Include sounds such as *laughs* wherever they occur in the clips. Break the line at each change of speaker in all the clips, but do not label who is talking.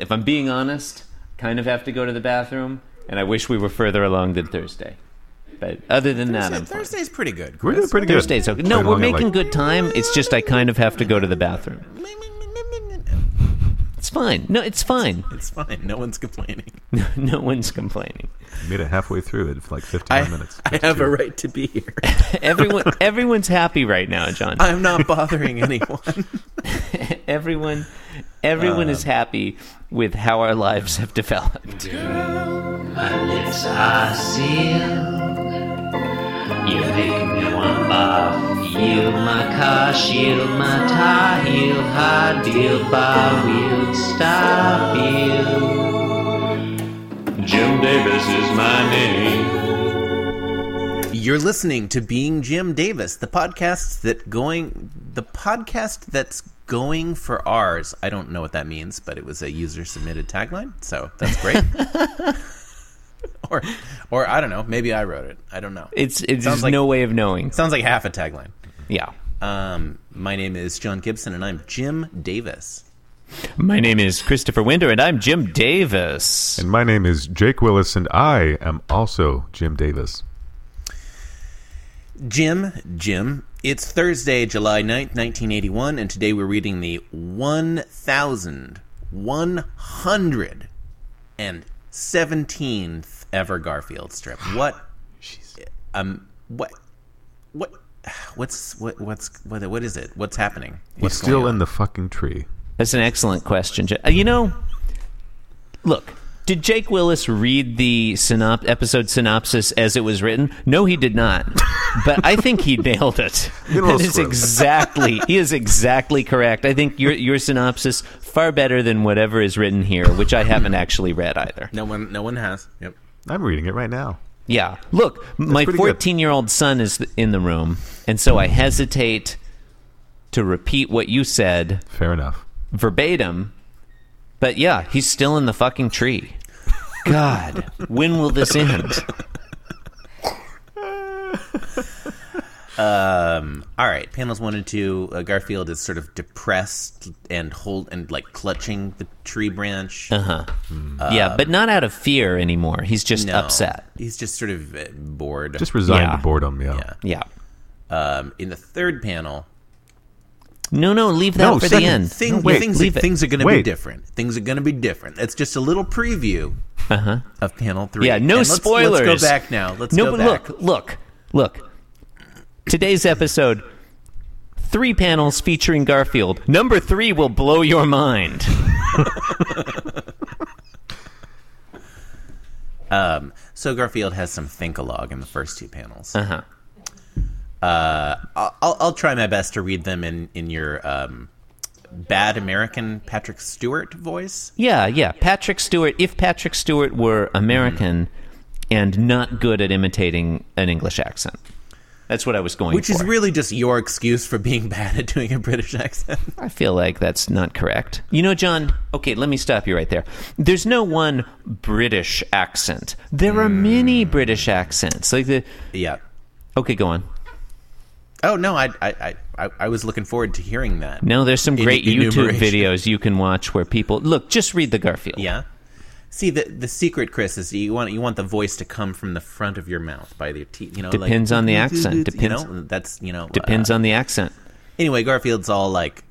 if I'm being honest, kind of have to go to the bathroom, and I wish we were further along than Thursday. But other than that, I'm
Thursday,
fine.
Thursday's pretty good.
We're doing
Chris.
pretty good.
Thursday's okay. No,
Right
we're
along at,
making
like-
good time. It's just I kind of have to go to the bathroom. It's fine. No, it's fine.
*laughs*
*laughs*
It's fine. No one's complaining.
No one's complaining.
Made it halfway through in like 15
I,
minutes.
*laughs* I have a
52.
right to be here. *laughs*
*laughs* Everyone, everyone's happy right now, John.
I'm not bothering anyone. *laughs*
Everyone, everyone is happy with how our lives have developed.
My lips are sealed. You make me one bar. Yield my car, shield my tie, heel, hard deal, bar wheel, stop you. Jim Davis is my name.
You're listening to Being Jim Davis, the podcast that going the podcast that's going for ours. I don't know what that means, but it was a user submitted tagline, so that's
*laughs*
great. *laughs* or or I don't know, maybe I wrote it. I don't know. It
It's it's
Sounds
there's
like-
no way of knowing.
sounds like half a tagline.
Yeah.
Um, my name is John Gibson and I'm Jim Davis.
My name is Christopher Winter, and I'm Jim Davis.
And my name is Jake Willis, and I am also Jim Davis.
Jim, Jim, it's Thursday, July 9th, 1981, and today we're reading the 1,117th ever Garfield
*sighs*
strip. What? Um, what? What? What's what? What's what? What is it? What's happening?
He's
What's
still
going
in the fucking tree.
That's an excellent question. Ja- You know, look, did Jake Willis read the synop- episode synopsis as it was written? No, he did
*laughs*
not. But I think he nailed it.
a little
That is
slow.
exactly he is exactly correct. I think your your synopsis far better than whatever is written here, which I haven't actually read either.
No one. No one has. Yep.
I'm reading it right now.
Yeah. Look, my
pretty good.
14 year old son is th- in the room, and so I hesitate to repeat what you said
Fair enough.
verbatim. But yeah, he's still in the fucking tree. God, when will this
*laughs*
end?
All right, panels one and two. Uh, Garfield is sort of depressed and hold and like clutching the tree branch.
Uh-huh. yeah, but not out of fear anymore. He's just
No.
upset.
He's just sort of uh, bored.
Just resigned
Yeah.
to boredom, yeah.
Yeah.
Yeah.
Um, in the third panel,
No, no, leave that
No,
for
second
the end.
thing,
wait,
things,
leave it.
things are going to be
Wait.
different. Things are going to be different. That's just a little preview of panel three.
Uh-huh. Yeah, no
And let's,
spoilers.
Let's go back now. Let's
no,
go
but
back.
look, look, look. Today's episode, three panels featuring Garfield. Number three will blow your mind.
So Garfield has some thinkalog in the first two panels.
Uh huh.
I'll, I'll, I'll try my best to read them in in your um, bad American Patrick Stewart voice.
Yeah, yeah. Patrick Stewart. If Patrick Stewart were American and not good at imitating an English accent, that's what I was going
Which
for.
is really just your excuse for being *laughs* bad at doing a British accent. *laughs*
I feel like that's not correct. You know, John, okay, let me stop you right there. There's no one British accent. There are
Hmm.
many British accents. Like the
yeah.
Okay, go on.
Oh no, I I, I I- I was looking forward to hearing that.
No, there's some
Enu-
great YouTube
enumeration.
videos you can watch where people look, just read the Garfield.
Yeah. See the the secret, Chris, is you want you want the voice to come from the front of your mouth by the teeth. You know, like-
Depends on the accent.
You
Depends-
know, that's you know.
Depends
uh,
on the accent.
Anyway, Garfield's all like,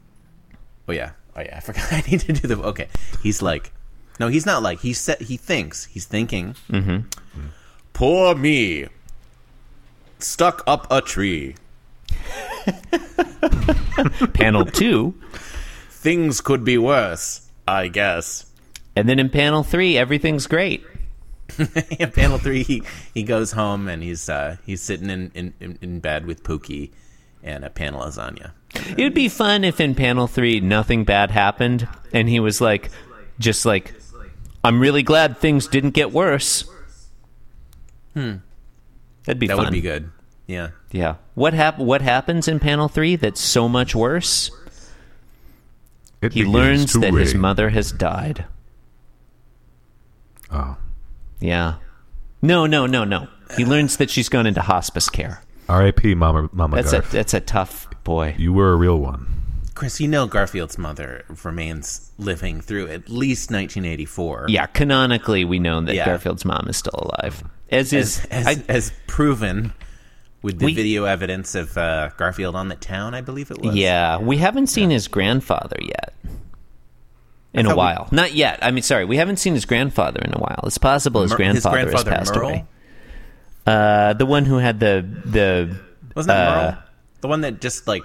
"Oh yeah, oh yeah, I *laughs* forgot. I need to do the." Okay, he's like, no, he's not like he said. He thinks he's thinking. Mm-hmm. Poor me, stuck up a tree.
Panel 2,
Things could be worse, I guess.
and then in panel 3, everything's great.
*laughs* yeah, panel three, he, he goes home and he's uh, he's sitting in, in, in, in bed with Pookie and a pan of lasagna.
It would be fun if in panel three nothing bad happened and he was like, just like, I'm really glad things didn't get worse. Hmm. That'd be
Hmm. That
fun.
would be good. Yeah.
Yeah. What hap- What happens in panel three that's so much worse?
It
He
begins
learns
to
that his
rain.
mother has died.
Oh.
Yeah. No, no, no, no. He learns that she's gone into hospice care.
R.I.P. Mama, Mama
That's a
Garf.
that's a tough boy.
You were a real one.
Chris, you know Garfield's mother remains living through at least 1984.
Yeah, canonically, we know that
Yeah.
Garfield's mom is still alive. As is,
As, as,
I,
as proven with the
We-
video evidence of uh, Garfield on the town, I believe it was.
yeah, we haven't seen his grandfather yet. In
thought
a
we-
while, not yet. I mean, sorry, we haven't seen his grandfather in a while. It's possible his
Mur- his
grandfather,
grandfather,
has passed
Merle?
away. Uh, the one who had the the
Wasn't that
Uh,
Merle? The one that just like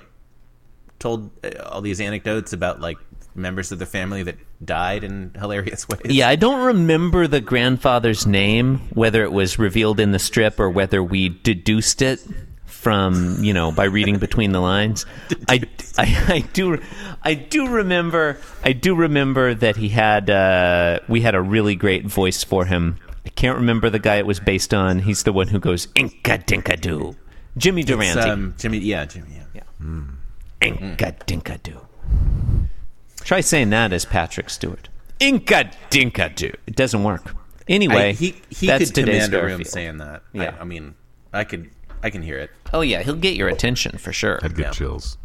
told uh, all these anecdotes about like members of the family that died in hilarious *laughs* ways.
Yeah, I don't remember the grandfather's name, whether it was revealed in the strip or whether we deduced it from, you know, by reading between the lines. I, I, I do I do remember I do remember that he had uh, we had a really great voice for him. I can't remember the guy it was based on. He's the one who goes Inka Dinka Doo. Jimmy
It's,
Durante.
um, Jimmy. Yeah, Jimmy. Yeah.
Inka Dinka Doo. Try saying that as Patrick Stewart. Inka Dinka Doo. It doesn't work. Anyway,
I, he he
that's
could
today's
command a room
Garfield.
saying that.
Yeah.
I, I mean, I could I can hear it.
Oh yeah, he'll get your attention for sure.
I'd get
Yeah.
chills.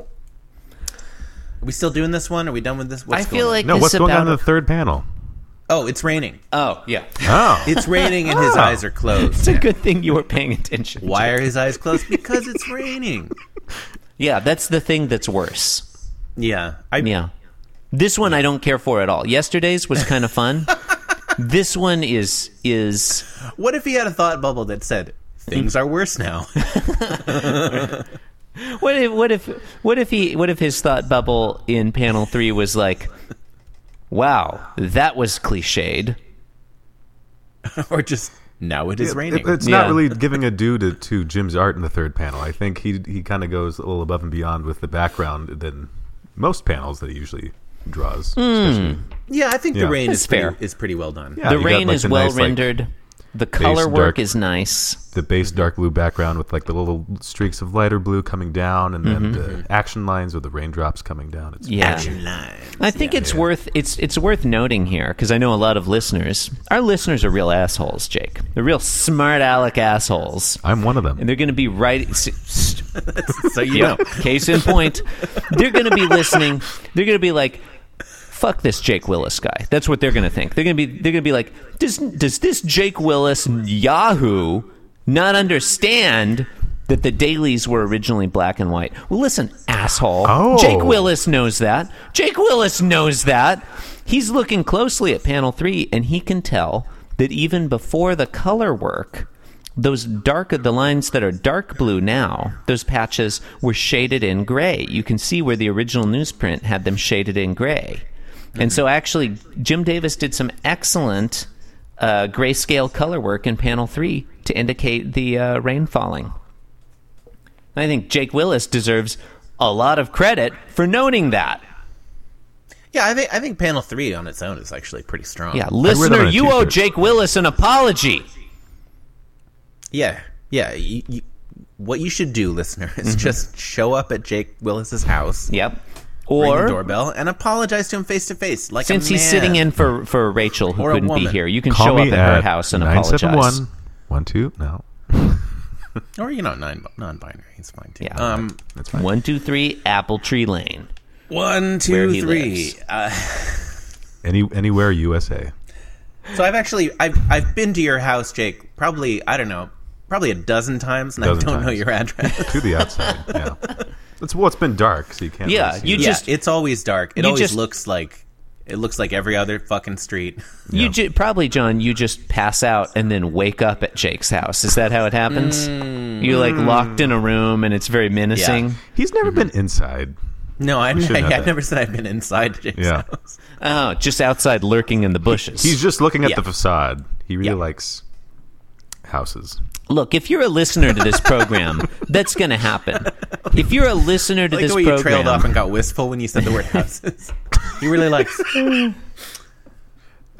Are we still doing this one? Are we done with this? What's
I feel
going
like
on?
No,
this
what's
about
going on in the third panel?
oh, it's raining.
oh yeah.
Oh,
It's raining and
*laughs*
his
Oh.
eyes are closed.
It's a good thing you were paying attention. to.
Why are his eyes closed? Because it's raining.
Yeah, that's the thing that's worse.
Yeah, I,
Yeah, this one I don't care for at all. Yesterday's was kind of *laughs* fun. this one is is
What if he had a thought bubble that said things are worse now? *laughs*
What if what if what if he what if his thought bubble in panel three was like, "Wow, that was cliched."
or just now it is raining.
It- it's
Yeah.
not really giving a due to, to Jim's art in the third panel. I think he he kind of goes a little above and beyond with the background than most panels that he usually draws. especially.
yeah, I think
Yeah.
the rain
That's
is pretty,
fair.
is pretty well done.
Yeah,
the
you got,
rain
like,
is
the
well
nice, like,
rendered. the color
dark-
work is nice.
the base dark blue background with like the little streaks of lighter blue coming down, and then the action lines with the raindrops coming down. It's
Mm-hmm. Yeah,
Action line.
I think it's worth it's it's worth noting here because I know a lot of listeners. Our listeners are real assholes, Jake. They're real smart aleck assholes,
I'm one of them.
and they're going to be right. s- s-
*laughs* So you
Yeah.
know,
Case in point, they're going to be listening. They're going to be like, "Fuck this Jake Willis guy." That's what they're going to think. They're going to be. They're going to be like, "Does does this Jake Willis Yahoo not understand?" That the dailies were originally black and white. Well, listen, asshole.
Oh.
Jake Willis knows that. Jake Willis knows that. He's looking closely at panel three, and he can tell that even before the color work, those dark the lines that are dark blue now those patches were shaded in gray you can see where the original newsprint had them shaded in gray and so actually jim davis did some excellent uh, grayscale color work in panel 3 to indicate the uh, rain falling i think jake willis deserves a lot of credit for noting that
yeah, I think I think panel three on its own is actually pretty strong.
yeah
that
listener
on a
you owe
t-shirt.
jake willis an apology
yeah, yeah. You, you, what you should do, listener, is
Mm-hmm.
just show up at Jake Willis's house,
yep
ring the
or
doorbell, and apologize to him face to face, like a
since he's
man.
sitting in for, for Rachel, who
Or a
couldn't be
woman.
here, you can
Call
show up
me
at
at
her house and apologize.
971 One two no.
or you know, non non-binary. It's fine too.
Yeah.
Um,
That's fine.
One, two, three, Apple Tree Lane.
one,
Where
two,
he
three.
lives.
Uh,
Any anywhere USA.
So I've actually I've I've been to your house, Jake. Probably I don't know, probably a dozen times, and
Dozen
I don't know
times.
*laughs*
your address.
to the outside. Yeah, that's well. It's been dark, so you can't.
Yeah,
really see
you
it.
yeah,
just-
it's always dark. It
you
always
just-
looks like it looks like every other fucking street. *laughs*
You ju- probably, John. You just pass out and then wake up at Jake's house. Is that how it happens?
Mm.
You're like locked in a room, and it's very menacing.
He's never
Mm-hmm.
been inside.
No, I, I,
should know
have
that.
never said I've been inside Jake's
Yeah.
house.
Oh, just outside, lurking in the bushes.
He's just looking at
Yeah.
the facade. He really
Yeah.
likes houses.
Look, if you're a listener to this
*laughs*
program, that's going to happen. If you're a listener to
Like
this
the way
program,
you trailed off and got wistful when you said the word houses. you really like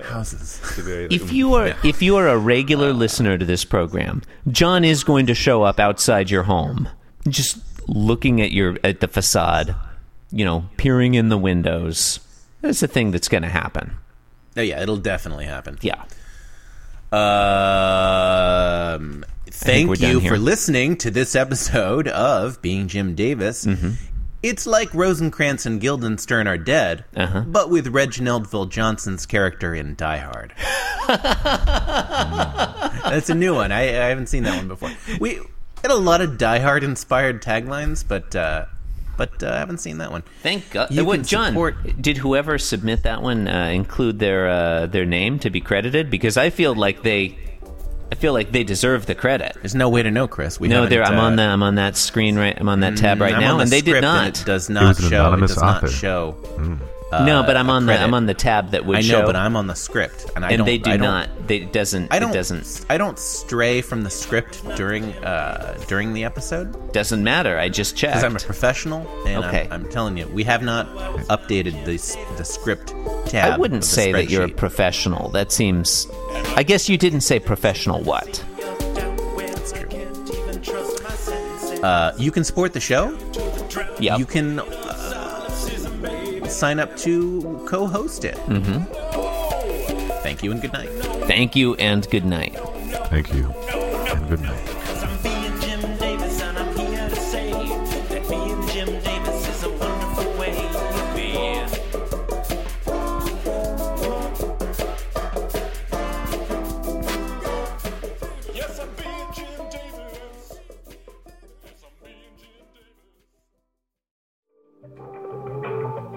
houses.
if you are if you are a regular listener to this program, John is going to show up outside your home, just looking at your at the facade, you know, peering in the windows. That's the thing that's going to happen.
No, Oh, yeah, it'll definitely happen.
Yeah.
Um,
we're
thank
done
you
here. Mm-hmm.
for listening to this episode of Being Jim Davis. It's like Rosencrantz and Guildenstern are dead,
Uh-huh.
but with Reginald Ville Johnson's character in Die Hard.
*laughs*
Mm. That's a new one. I, I haven't seen that one before. We had a lot of Die Hard inspired taglines, but uh, but uh, I haven't seen that one.
Thank God.
You
What,
can
John,
support-
did whoever submit that one uh, include their uh, their name to be credited? Because I feel like they, I feel like they deserve the credit.
There's no way to know, Chris. We
No,
haven't,
there. I'm
uh,
on that. I'm on that screen right. I'm on that tab right
Mm, I'm
now,
on the
and they did
script and
not.
it does
was
not
an
show. It
anonymous
does not
author.
show.
no, but I'm on the.
credit.
I'm on the tab that would
I know,
show.
but I'm on the script, and I
and
don't.
they do
I don't,
not. They, it doesn't.
I don't.
It doesn't.
I don't stray from the script during uh, during the episode
Doesn't matter. I just checked.
because I'm a professional, and
Okay.
I'm, I'm telling you, we have not updated the s- the script tab.
I wouldn't
of the
say that you're a
spreadsheet.
professional. That seems. I guess you didn't say professional what?
That's true. Uh, you can support the show.
Yeah.
You can uh, sign up to co-host it. Mm-hmm. Thank you and good night.
Thank you and good night.
Thank you. And good night.
I'm being Jim Davis, and I'm here to say that being Jim Davis is a wonderful way to be. Yes, I'm being Jim Davis. Yes, I'm being Jim Davis.